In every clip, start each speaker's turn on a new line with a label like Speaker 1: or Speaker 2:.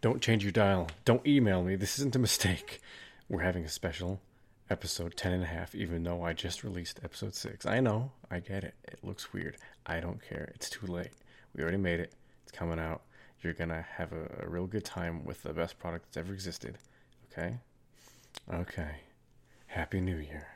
Speaker 1: Don't change your dial. Don't email me. This isn't a mistake. We're having a special episode 10 and a half, even though I just released episode 6. I know. I get it. It looks weird. I don't care. It's too late. We already made it. It's coming out. You're going to have a, a real good time with the best product that's ever existed. Okay? Okay. Happy New Year.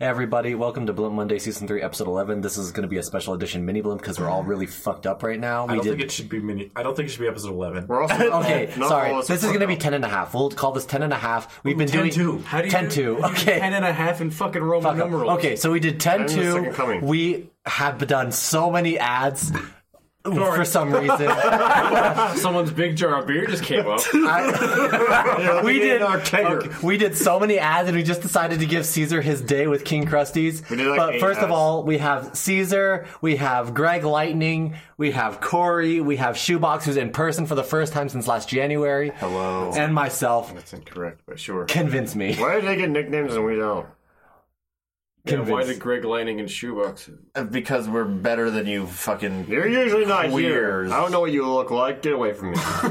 Speaker 2: Hey everybody, welcome to Blimp Monday Season 3, Episode 11. This is going to be a special edition mini blimp because we're all really fucked up right now.
Speaker 3: I
Speaker 2: We
Speaker 3: don't think it should be mini. I don't think it should be episode eleven.
Speaker 4: We're also
Speaker 2: Okay,
Speaker 4: not
Speaker 2: sorry.
Speaker 4: all
Speaker 2: This is going to be 10 and a half. We'll call this 10 and a half. We've been doing
Speaker 3: 10-2. How do you
Speaker 2: 10
Speaker 3: do-
Speaker 2: 2.
Speaker 3: how do you do
Speaker 2: Okay.
Speaker 3: ten and a half in fucking Roman
Speaker 2: Fuck 'em.
Speaker 3: numerals.
Speaker 2: Okay, so we did 10
Speaker 4: the second
Speaker 2: 2.
Speaker 4: coming.
Speaker 2: We have done so many ads for some reason.
Speaker 3: Ah, someone's big jar of beer just came up.
Speaker 2: we did
Speaker 4: our cater.
Speaker 2: okay, we did so many ads and we just decided to give Caesar his day with King Krusty's.
Speaker 4: We did like
Speaker 2: but
Speaker 4: eight
Speaker 2: first of
Speaker 4: ads.
Speaker 2: all, we have Caesar, we have Greg Lightning, we have Corey, we have Shoebox who's in person for the first time since last January.
Speaker 4: Hello.
Speaker 2: And myself.
Speaker 4: That's incorrect, but sure.
Speaker 2: Convince me.
Speaker 4: Why do they get nicknames and we don't?
Speaker 3: Yeah, why
Speaker 2: Convinced.
Speaker 3: did Greg Lightning and Shoebox?
Speaker 5: Uh, because we're better than you fucking
Speaker 4: You're usually not
Speaker 5: Queers.
Speaker 4: here. I don't know what you look like. Get away from me.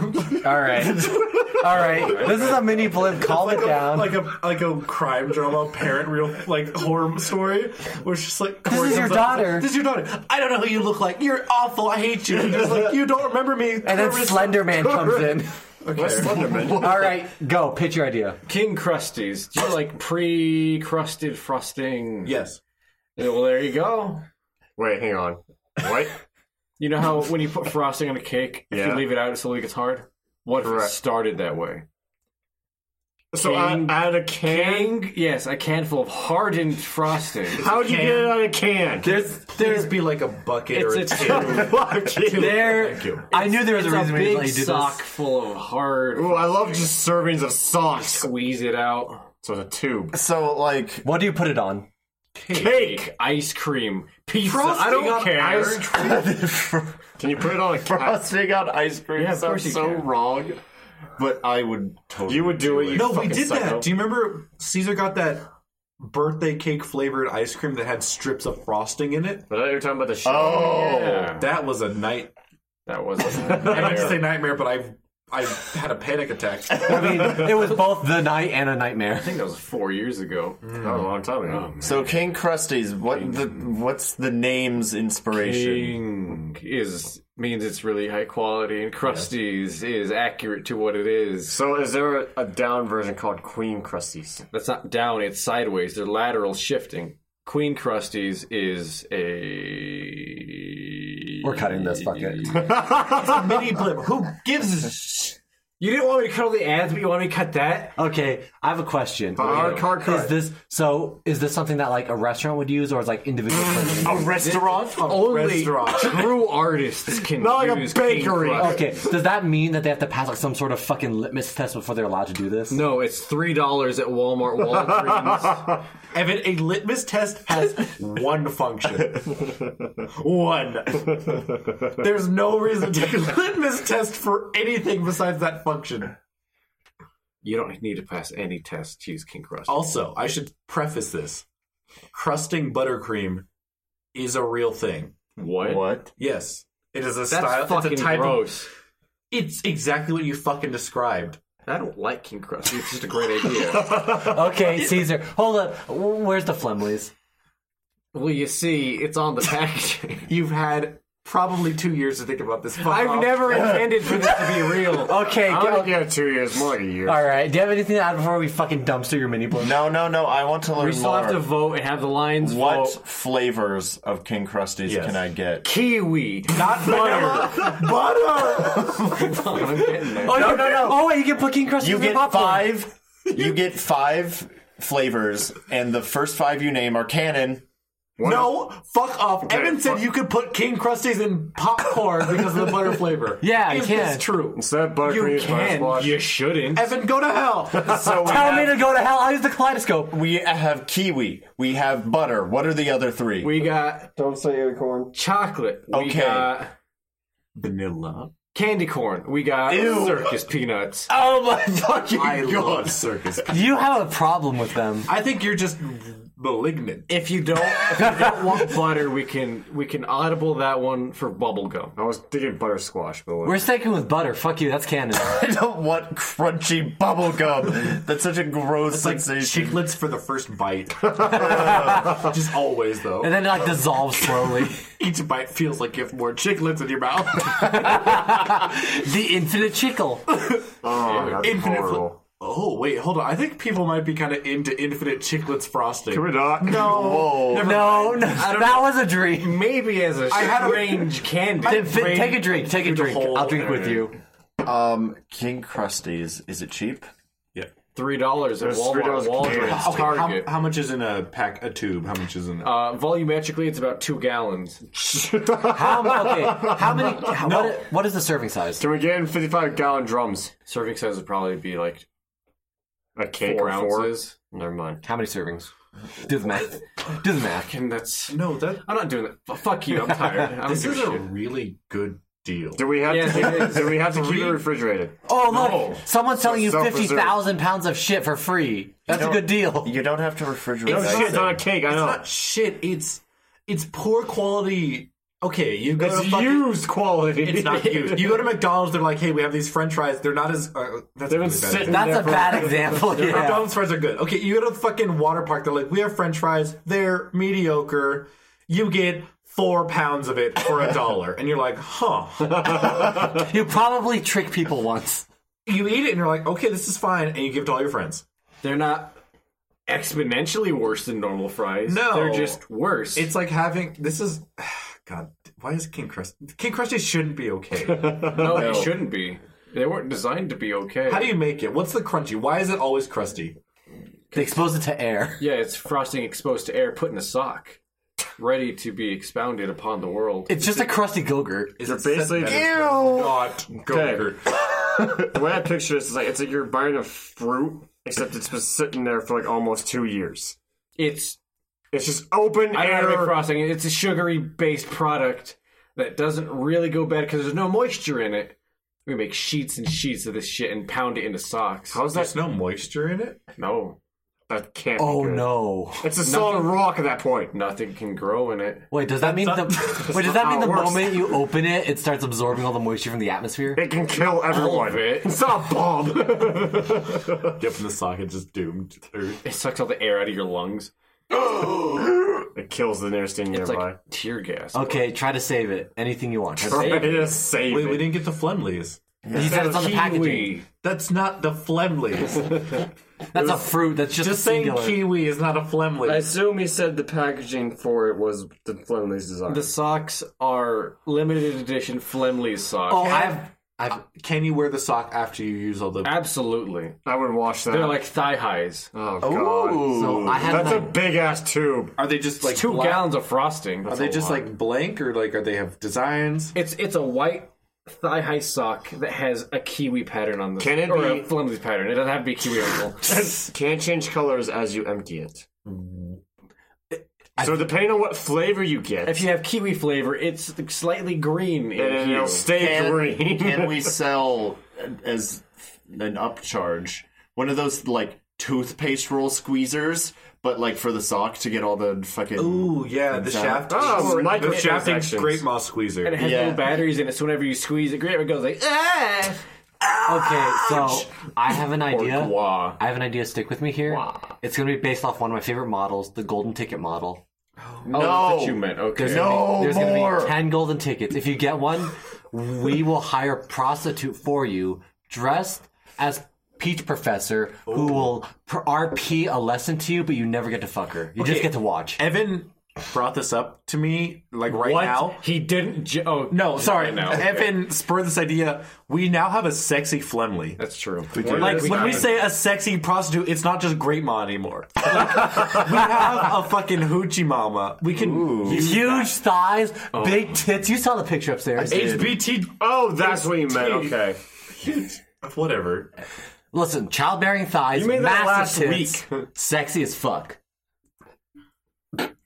Speaker 2: Alright. Alright. This is a mini blimp. Calm it down.
Speaker 3: Like a like a crime drama parent real like horror story where it's just like Corey
Speaker 2: is your
Speaker 3: comes up,
Speaker 2: daughter.
Speaker 3: This is your daughter. I don't know who you look like. You're awful. I hate you. And just like you don't remember me.
Speaker 2: and then Slender Man comes in.
Speaker 4: What's Slenderman?
Speaker 2: Alright, go, pitch your idea.
Speaker 1: King Krusties. Do you like pre crusted frosting?
Speaker 3: Yes.
Speaker 1: Yeah, Well, there you go.
Speaker 4: Wait, hang on. What?
Speaker 1: You know how when you put frosting on a cake, if you
Speaker 4: Yeah.
Speaker 1: leave it out, it slowly gets hard? What if it
Speaker 4: Correct.
Speaker 1: started that way?
Speaker 4: So
Speaker 3: uh,
Speaker 4: I
Speaker 1: King-
Speaker 4: out of can?
Speaker 1: King, yes, a can full of hardened frosting.
Speaker 4: How'd you get it out of can?
Speaker 3: There's there's be like a bucket
Speaker 1: It's
Speaker 3: or
Speaker 1: a
Speaker 3: a
Speaker 1: tube.
Speaker 3: tube.
Speaker 2: There,
Speaker 3: Thank you.
Speaker 2: I knew there was
Speaker 1: It's
Speaker 2: a
Speaker 1: a
Speaker 2: reason we didn't
Speaker 1: big
Speaker 2: let you do
Speaker 1: sock
Speaker 2: this.
Speaker 1: full of hard.
Speaker 4: Ooh, I love just servings of socks.
Speaker 1: Squeeze it out.
Speaker 4: So it's a tube.
Speaker 5: so like
Speaker 2: What do you put it on?
Speaker 4: Cake.
Speaker 1: Ice cream. Pizza.
Speaker 3: Frosting
Speaker 1: I
Speaker 3: on
Speaker 1: don't care.
Speaker 3: ice
Speaker 4: Can you put it on a cat?
Speaker 5: frosting on ice cream
Speaker 1: Yeah, of
Speaker 5: sounds
Speaker 1: course you
Speaker 5: so
Speaker 1: can.
Speaker 5: wrong. But I would totally.
Speaker 4: You would do it. You
Speaker 3: No, we
Speaker 4: fucking
Speaker 3: did
Speaker 4: psycho.
Speaker 3: that. Do you remember Caesar got that birthday cake flavored ice cream that had strips of frosting in it?
Speaker 1: But you're talking about the show.
Speaker 4: Oh.
Speaker 1: Yeah.
Speaker 3: That was a night.
Speaker 1: That was.
Speaker 3: I meant to say nightmare, but I I had a panic attack.
Speaker 2: I mean, it was both the night and a nightmare.
Speaker 1: I think that was four years ago.
Speaker 4: That was a long time ago.
Speaker 5: So King Krusty's. What the? What's the name's inspiration?
Speaker 1: King is means it's really high quality, and Krusty's is accurate to what it is.
Speaker 4: So is there a, a down version called Queen Crusties?
Speaker 1: That's not down; it's sideways. They're lateral shifting. Queen Krusty's is a.
Speaker 2: We're cutting this, fuck it.
Speaker 3: Mini blimp. Who gives a sh-
Speaker 1: You didn't want me to cut all the ads, but you want me to cut that.
Speaker 2: Okay, I have a question.
Speaker 4: Hard car
Speaker 2: Is this so? Is this something that like a restaurant would use, or is like individual? person?
Speaker 4: a restaurant?
Speaker 1: Only
Speaker 3: Restaurant.
Speaker 1: true artists can
Speaker 4: Not like a
Speaker 1: use King
Speaker 4: bakery.
Speaker 1: Krusty.
Speaker 2: Okay, does that mean that they have to pass like some sort of fucking litmus test before they're allowed to do this?
Speaker 1: No, it's three dollars at Walmart, Walgreens.
Speaker 3: Evan? A litmus test has one function. one. There's no reason to do a litmus test for anything besides that function.
Speaker 1: you don't need to pass any test to use King Krusty.
Speaker 3: Also, I should preface this: crusting buttercream is a real thing.
Speaker 1: What?
Speaker 5: What?
Speaker 3: Yes, it is a
Speaker 1: That's
Speaker 3: style.
Speaker 1: fucking
Speaker 3: It's a type of
Speaker 1: gross.
Speaker 3: It's exactly what you fucking described.
Speaker 1: I don't like King Krusty. It's just a great idea.
Speaker 2: Okay, Caesar, hold up. Where's the Flemleys?
Speaker 1: well, you see, it's on the packaging.
Speaker 3: You've had probably two years to think about this.
Speaker 1: I've never intended for this to be real.
Speaker 2: Okay,
Speaker 4: I
Speaker 2: go-
Speaker 4: don't get two years, more like a year.
Speaker 2: all right. Do you have anything to add before we fucking dumpster your mini blow?
Speaker 5: No, no, no. I want to learn
Speaker 1: we still
Speaker 5: more.
Speaker 1: have to vote and have the lines
Speaker 5: what
Speaker 1: vote.
Speaker 5: flavors of King Krusty's
Speaker 3: Yes.
Speaker 5: can I get?
Speaker 1: Kiwi, not butter.
Speaker 3: butter.
Speaker 1: I'm getting there.
Speaker 2: Oh no, no, no. Oh wait, you can put King Krusty
Speaker 5: You
Speaker 2: in
Speaker 5: get
Speaker 2: popcorn.
Speaker 5: five. you get five flavors, and the first five you name are canon.
Speaker 6: No, fuck off. Evan said you could put King Krusties in popcorn because of the butter flavor.
Speaker 2: Yeah, you
Speaker 6: Is
Speaker 2: can.
Speaker 6: this true?
Speaker 4: Instead, buttercream is my
Speaker 6: can.
Speaker 4: squash.
Speaker 1: You shouldn't.
Speaker 6: Evan, go to hell.
Speaker 5: So we
Speaker 2: Tell
Speaker 5: have,
Speaker 2: me to go to hell. I use the kaleidoscope.
Speaker 5: we have kiwi. We have butter. What are the other three?
Speaker 6: we got
Speaker 7: Don't say unicorn.
Speaker 6: chocolate. We
Speaker 5: Okay.
Speaker 6: got
Speaker 4: vanilla.
Speaker 6: candy corn. We got
Speaker 5: Ew.
Speaker 6: circus peanuts.
Speaker 4: Ah.
Speaker 5: oh my fucking
Speaker 4: I
Speaker 5: god!
Speaker 4: love circus.
Speaker 2: You have a problem with them.
Speaker 6: I think you're just malignant. If you don't, if you don't want butter, we can we can audible that one for bubblegum.
Speaker 4: I was thinking butter squash, but
Speaker 2: We're sticking with butter. Fuck you. That's canon.
Speaker 5: I don't want crunchy bubble gum. That's such a gross sensation.
Speaker 6: Chiclets for the first bite. just always though.
Speaker 2: And then it like dissolves slowly.
Speaker 6: Each bite feels like you have more chiclets in your mouth.
Speaker 2: the infinite chickle.
Speaker 4: oh, that's
Speaker 6: Infinite fl-
Speaker 4: horrible.
Speaker 6: Oh wait, hold on. I think people might be kind of into infinite chiclets frosting.
Speaker 4: We're not.
Speaker 6: No, never
Speaker 2: No,
Speaker 6: mind.
Speaker 2: no, that was a dream.
Speaker 6: Maybe as a I had strange candy.
Speaker 2: Then fi- take a drink. Take
Speaker 6: through
Speaker 2: a
Speaker 6: the
Speaker 2: drink.
Speaker 6: hole.
Speaker 2: I'll drink with you.
Speaker 5: Um, King Krusties. Is it cheap?
Speaker 3: Yeah.
Speaker 6: Three dollars at
Speaker 4: There's $3
Speaker 6: Walmart,
Speaker 4: a can.
Speaker 3: Okay,
Speaker 6: Walgreens,
Speaker 3: how,
Speaker 6: Target.
Speaker 3: how much is in a pack, a tube? How much is in a.
Speaker 6: uh, volumetrically, it's about two gallons.
Speaker 2: How, okay, how many? How, what, i- what is the serving size?
Speaker 4: Can we get in 55 gallon drums?
Speaker 6: Serving size would probably be like
Speaker 4: A cake
Speaker 6: four
Speaker 4: or four?
Speaker 6: ounces.
Speaker 4: Never mind.
Speaker 2: How many servings? Do the math. Do the math.
Speaker 6: And that's
Speaker 3: no, that.
Speaker 6: I'm not doing that. F- Fuck you. I'm tired. I'm
Speaker 3: This is a
Speaker 6: shit.
Speaker 3: really good deal.
Speaker 4: Do we have
Speaker 6: Yes, it
Speaker 4: to,
Speaker 6: is.
Speaker 4: do we have to keep it refrigerated?
Speaker 2: Oh look, someone's selling you fifty
Speaker 4: Self-preserve.
Speaker 2: thousand pounds of shit for free. That's a good deal.
Speaker 5: You don't have to refrigerate.
Speaker 4: It's
Speaker 5: that
Speaker 4: shit,
Speaker 5: thing.
Speaker 4: not a cake, I
Speaker 3: It's
Speaker 4: know.
Speaker 3: not shit. It's it's poor quality. Okay, you go to
Speaker 6: It's
Speaker 3: fucking,
Speaker 4: used quality.
Speaker 3: It's not used. You go to McDonald's. They're like, hey, we have these French fries. They're not as. Uh, that's a
Speaker 4: been
Speaker 3: really bad
Speaker 4: sitting
Speaker 3: example.
Speaker 2: That's a bad example. Yeah.
Speaker 3: McDonald's fries are good. Okay, you go to the fucking water park. They're like, we have French fries. They're mediocre. You get four pounds of it for a dollar, and you're like, huh.
Speaker 2: You probably trick people once.
Speaker 3: You eat it, and you're like, okay, this is fine, and you give it to all your friends.
Speaker 6: They're not exponentially worse than normal fries.
Speaker 3: No.
Speaker 6: they're just worse.
Speaker 3: It's like having this is. God, why is King Crust? King Crusty shouldn't be okay.
Speaker 6: no, they shouldn't be. They weren't designed to be okay.
Speaker 3: How do you make it? What's the crunchy? Why is it always crusty?
Speaker 2: They expose it to air.
Speaker 6: Yeah, it's frosting exposed to air, put in a sock, ready to be expounded upon the world.
Speaker 2: It's just a crusty gogurt.
Speaker 3: Is
Speaker 4: You're
Speaker 3: it
Speaker 4: basically-
Speaker 3: set better than not go
Speaker 4: the way I picture this is like it's like you're buying a fruit, except it's been sitting there for like almost two years.
Speaker 6: It's
Speaker 4: It's just open
Speaker 6: I don't have
Speaker 4: air.
Speaker 6: frosting. It's a sugary based product that doesn't really go bad because there's no moisture in it. We make sheets and sheets of this shit and pound it into socks.
Speaker 4: How's that?
Speaker 3: There's no moisture in it.
Speaker 6: No,
Speaker 4: That can't.
Speaker 2: Oh
Speaker 4: be good.
Speaker 2: no!
Speaker 4: It's a solid rock at that point.
Speaker 6: nothing can grow in it.
Speaker 2: Wait, does that mean the wait? Does that mean
Speaker 4: how
Speaker 2: the
Speaker 4: it works.
Speaker 2: moment you open it, it starts absorbing all the moisture from the atmosphere?
Speaker 4: It can kill everyone.
Speaker 6: of it.
Speaker 4: It's not a bomb.
Speaker 3: Dip in the sock, it's just doomed.
Speaker 6: It sucks all the air out of your lungs.
Speaker 4: it kills the nearest thing
Speaker 6: It's
Speaker 4: nearby.
Speaker 6: like tear gas.
Speaker 2: Okay, try to save it. Anything you want. Try to
Speaker 4: Try
Speaker 2: save it.
Speaker 4: to save
Speaker 3: Wait, we
Speaker 4: it.
Speaker 3: didn't get the Flemleys.
Speaker 2: You said it's on the packaging.
Speaker 6: Kiwi.
Speaker 3: That's not the Flemleys.
Speaker 2: That's a fruit. That's just, a
Speaker 3: Just saying
Speaker 2: singular.
Speaker 3: kiwi is not a
Speaker 4: I
Speaker 3: Flemley.
Speaker 4: assume he said the packaging for it was the Flemley's design.
Speaker 6: The socks are limited edition Flemley's socks.
Speaker 2: Oh, I've I've
Speaker 3: Can you wear the sock Uh, after you use all the?
Speaker 6: absolutely.
Speaker 4: I would wash that.
Speaker 6: They're like thigh highs.
Speaker 4: oh god,
Speaker 2: so I had
Speaker 4: that's a
Speaker 2: my,
Speaker 4: big ass tube.
Speaker 3: Are they just like
Speaker 6: Two
Speaker 3: black-
Speaker 6: gallons of frosting.
Speaker 3: Are they just like blank or like are they have designs?
Speaker 6: It's it's a white thigh high sock that has a kiwi pattern on the
Speaker 4: Can it
Speaker 6: or
Speaker 4: be-
Speaker 6: a flimsy pattern. It doesn't have to be kiwi uncle.
Speaker 4: Can't change colors as you empty it. So depending on what flavor you get,
Speaker 6: if you have kiwi flavor, it's slightly green in
Speaker 4: and
Speaker 6: hue.
Speaker 4: it'll stay green.
Speaker 5: can we sell as an upcharge one of those like toothpaste roll squeezers, but like for the sock to get all the fucking
Speaker 3: Ooh, yeah, the shaft.
Speaker 4: Oh,
Speaker 3: Sure,
Speaker 4: micro
Speaker 3: the shafting
Speaker 4: transactions.
Speaker 3: great moss
Speaker 6: and
Speaker 3: squeezer.
Speaker 6: it has
Speaker 5: Yeah.
Speaker 6: little batteries in it, so whenever you squeeze it, it goes like ah.
Speaker 2: okay. So I have an idea.
Speaker 6: Wah.
Speaker 2: I have an idea. Stick with me here. It's gonna be based off one of my favorite models, the golden ticket model.
Speaker 6: Oh, that's
Speaker 5: No.
Speaker 6: what you meant. Okay.
Speaker 2: There's gonna be-
Speaker 5: No
Speaker 2: there's gonna
Speaker 5: more.
Speaker 2: be ten golden tickets. If you get one, we will hire a prostitute for you, dressed as Peach Professor, who will pr- RP a lesson to you, but you never get to fuck her. You just get to watch.
Speaker 3: Evan brought this up to me, like right
Speaker 7: What?
Speaker 3: now.
Speaker 7: He didn't. J- oh
Speaker 3: No, sorry.
Speaker 7: no.
Speaker 3: Evan spurred this idea. We now have a sexy Flemley.
Speaker 7: That's true.
Speaker 3: Like when we say a sexy prostitute, it's not just great ma anymore. Like, we have a fucking hoochie mama. We can
Speaker 2: Huge thighs,
Speaker 4: Oh.
Speaker 2: big tits. You saw the picture upstairs.
Speaker 4: HBT. Oh, that's what you meant. Okay.
Speaker 3: whatever.
Speaker 2: Listen, childbearing thighs,
Speaker 4: made that
Speaker 2: massive
Speaker 4: last
Speaker 2: tits, sexy as fuck.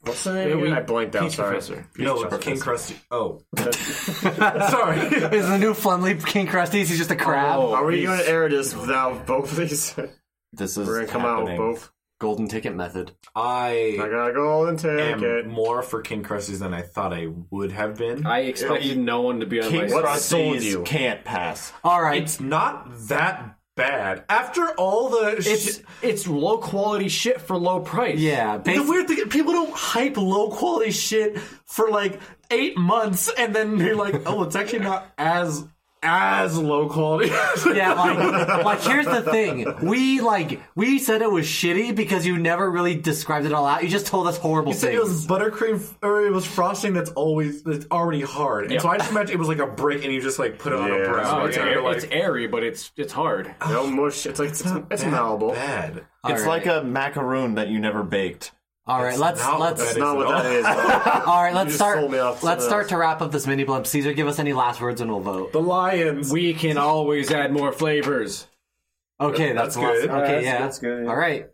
Speaker 4: What's the name? again? I blanked out. Sorry.
Speaker 3: No, King Krusty. Oh, sorry.
Speaker 2: Is the new Flemley King Krusty's? He's just a crab.
Speaker 4: Are we going to air this without both of these?
Speaker 5: This
Speaker 4: We're going
Speaker 5: is
Speaker 4: to come out with
Speaker 1: happening.
Speaker 4: both.
Speaker 2: Golden ticket method.
Speaker 4: I
Speaker 3: I
Speaker 4: gotta go and take it.
Speaker 3: am more for King Krusty's than I thought I would have been.
Speaker 7: I expected no one to be on my.
Speaker 5: King
Speaker 7: What?
Speaker 4: sold you?
Speaker 5: Krusty's can't pass.
Speaker 2: All right.
Speaker 3: it's not that bad after all the.
Speaker 7: It's
Speaker 3: shi-
Speaker 7: it's low quality shit for low price.
Speaker 2: yeah,
Speaker 3: the
Speaker 2: bas-
Speaker 3: weird thing people don't hype low quality shit for like eight months and then you're like, oh, it's actually not as as low quality.
Speaker 2: yeah, like, like here's the thing. We like we said it was shitty because you never really described it all out. You just told us horrible
Speaker 3: said it was
Speaker 2: things.
Speaker 3: buttercream or it was frosting that's always that's already hard. And so I just imagine it was like a brick and you just like put it on a
Speaker 4: Yeah.
Speaker 3: brown.
Speaker 4: Oh,
Speaker 7: Oh,
Speaker 3: and
Speaker 7: it's,
Speaker 3: you're
Speaker 7: air,
Speaker 3: like,
Speaker 7: it's airy, but it's it's hard.
Speaker 4: No mush. It's like it's, it's
Speaker 3: that
Speaker 4: malleable.
Speaker 3: Bad.
Speaker 5: it's
Speaker 2: right.
Speaker 5: like a macaroon that you never baked.
Speaker 2: All right, let's
Speaker 3: not
Speaker 2: let's
Speaker 3: that
Speaker 4: That's not what that is.
Speaker 2: all right, let's
Speaker 4: just
Speaker 2: start
Speaker 4: sold me off to
Speaker 2: let's
Speaker 3: uh,
Speaker 4: that.
Speaker 2: start to wrap up this mini blimp. Caesar, give us any last words and we'll vote.
Speaker 3: The lions.
Speaker 7: We can always add more flavors.
Speaker 2: Okay, that's,
Speaker 3: That's
Speaker 2: the last-
Speaker 3: good.
Speaker 2: Okay,
Speaker 7: That's-
Speaker 2: yeah,
Speaker 7: that's good, yeah.
Speaker 2: All right,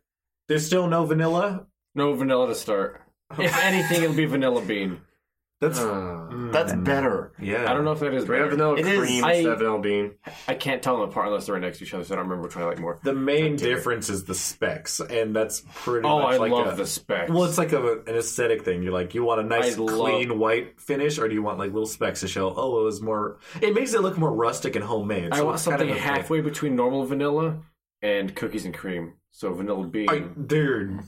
Speaker 3: There's still no vanilla.
Speaker 7: No vanilla to start. If anything, it'll be vanilla bean.
Speaker 3: That's
Speaker 5: That's better.
Speaker 3: yeah.
Speaker 7: I don't know if that is.
Speaker 4: We have
Speaker 7: better.
Speaker 4: vanilla
Speaker 5: It is-
Speaker 4: Uh, cream
Speaker 7: I-
Speaker 4: instead of vanilla bean.
Speaker 7: I can't tell them apart unless they're right next to each other, so I don't remember which one I like more.
Speaker 3: The main difference is the specs, and that's pretty.
Speaker 7: Oh,
Speaker 3: much
Speaker 7: I
Speaker 3: like
Speaker 7: love
Speaker 3: a,
Speaker 7: the specs.
Speaker 3: Well, it's like a, an aesthetic thing. You're like, you want a nice,
Speaker 7: I love-
Speaker 3: clean white finish, or do you want like little specks to show? Oh, it was more. It makes it look more rustic and homemade.
Speaker 7: I
Speaker 3: so
Speaker 7: want
Speaker 3: it's kind
Speaker 7: something
Speaker 3: of a thing.
Speaker 7: halfway between normal vanilla and cookies and cream. So vanilla bean.
Speaker 3: I, dude.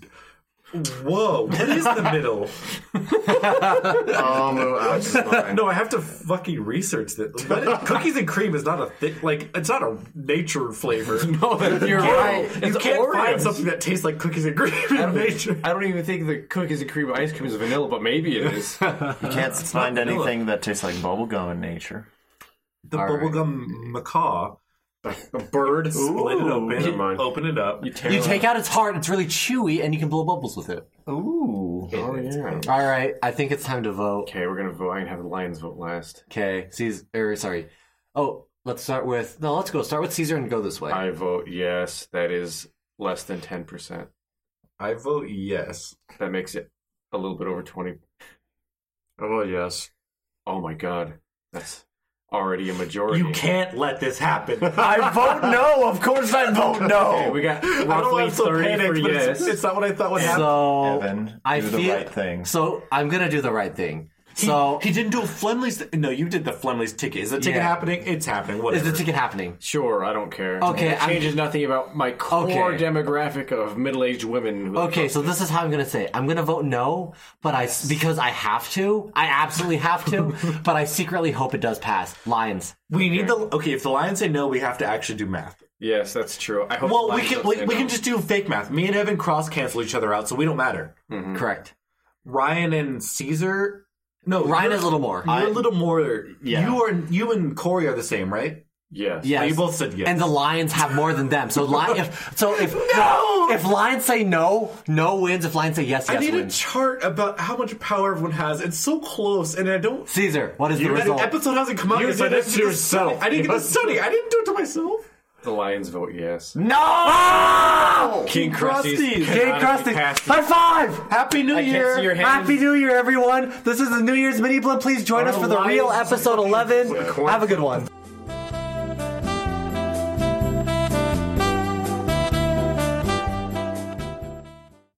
Speaker 3: Whoa! What is the middle?
Speaker 4: Um, I just fine.
Speaker 3: No, I have to fucking research this. What is- cookies and cream is not a thick, like it's not a nature flavor.
Speaker 7: oh, you're right.
Speaker 3: you can't find something that tastes like cookies and cream in nature.
Speaker 7: I don't even think the cookies and cream ice cream is vanilla, but maybe it is.
Speaker 5: You can't find anything that tastes like bubblegum in nature.
Speaker 3: The bubblegum macaw. A bird split it open.
Speaker 4: Never mind.
Speaker 3: Open it up.
Speaker 2: you take out its heart. It's really chewy, and you can blow bubbles with it.
Speaker 5: Ooh.
Speaker 7: oh yeah.
Speaker 2: All right, I think it's time to vote.
Speaker 7: Okay, we're gonna vote. I can have the lions vote last.
Speaker 2: Okay, Caesar. Or, sorry. Oh, let's start with no. Let's go. Start with Caesar and go this way.
Speaker 7: I vote yes. That is less than ten percent.
Speaker 3: I vote yes.
Speaker 7: That makes it a little bit over twenty.
Speaker 4: Oh yes.
Speaker 7: Oh my god, that's already a majority.
Speaker 3: You can't let this happen.
Speaker 5: I vote no. Of course I vote
Speaker 7: Okay,
Speaker 5: no.
Speaker 7: we got
Speaker 3: I don't
Speaker 7: roughly
Speaker 3: want to so
Speaker 7: thirty
Speaker 3: panic,
Speaker 7: for
Speaker 3: but
Speaker 7: yes.
Speaker 3: it's, it's not what I thought would happen.
Speaker 2: so
Speaker 5: Evan,
Speaker 2: I
Speaker 5: do
Speaker 2: feel
Speaker 5: the right thing.
Speaker 2: so. I'm gonna do the right thing. so
Speaker 3: he didn't do a Flemley's. Th- no, you did the Flemley's ticket. Is the ticket
Speaker 2: Yeah.
Speaker 3: happening? It's happening.
Speaker 2: is
Speaker 3: Whatever.
Speaker 2: the ticket happening?
Speaker 7: Sure, I don't care.
Speaker 2: Okay,
Speaker 7: it
Speaker 2: I'm-
Speaker 7: changes nothing about my core
Speaker 2: Okay.
Speaker 7: demographic of middle-aged women. who-
Speaker 2: Okay, so this is how I'm gonna say. It. I'm gonna vote no, but I because I have to. I absolutely have to. but I secretly hope it does pass. Lions.
Speaker 3: we need the okay. If the Lions say no, we have to actually do math.
Speaker 7: yes, that's true. I hope.
Speaker 3: Well,
Speaker 7: the
Speaker 3: we
Speaker 7: Lions
Speaker 3: can
Speaker 7: don't
Speaker 3: we,
Speaker 7: say
Speaker 3: we
Speaker 7: no.
Speaker 3: can just do fake math. Me and Evan cross cancel each other out, so we don't matter.
Speaker 2: Correct.
Speaker 3: Ryan and Caesar. No,
Speaker 2: Ryan
Speaker 3: you're-
Speaker 2: is a little more.
Speaker 3: You're a little more.
Speaker 5: Yeah.
Speaker 3: You are. You and Corey are the same, right?
Speaker 7: yes.
Speaker 2: Yes.
Speaker 3: You both said yes.
Speaker 2: and the lions have more than them. So lion. If, so if if lions say no, no wins. If lions say yes,
Speaker 3: I
Speaker 2: yes
Speaker 3: need a
Speaker 2: wins.
Speaker 3: chart about how much power everyone has. It's so close, and I don't.
Speaker 2: Caesar, what is the
Speaker 3: That
Speaker 2: result?
Speaker 3: episode hasn't come out
Speaker 4: You
Speaker 3: yet. so I
Speaker 4: did it
Speaker 3: didn't
Speaker 4: to
Speaker 3: get
Speaker 4: yourself.
Speaker 3: study. I didn't get to study. I didn't do it to myself.
Speaker 7: The lions vote yes.
Speaker 2: no.
Speaker 7: King Krusty's
Speaker 3: Krusty's.
Speaker 2: King
Speaker 7: cannot be
Speaker 2: Krusty.
Speaker 7: passed.
Speaker 2: High five.
Speaker 3: Happy New
Speaker 7: can't
Speaker 3: Year.
Speaker 7: see your hand.
Speaker 2: Happy New
Speaker 7: Oh,
Speaker 2: Year, everyone! This is the New Year's Mini Blimp. Please join us for the real episode 11. Have a good one.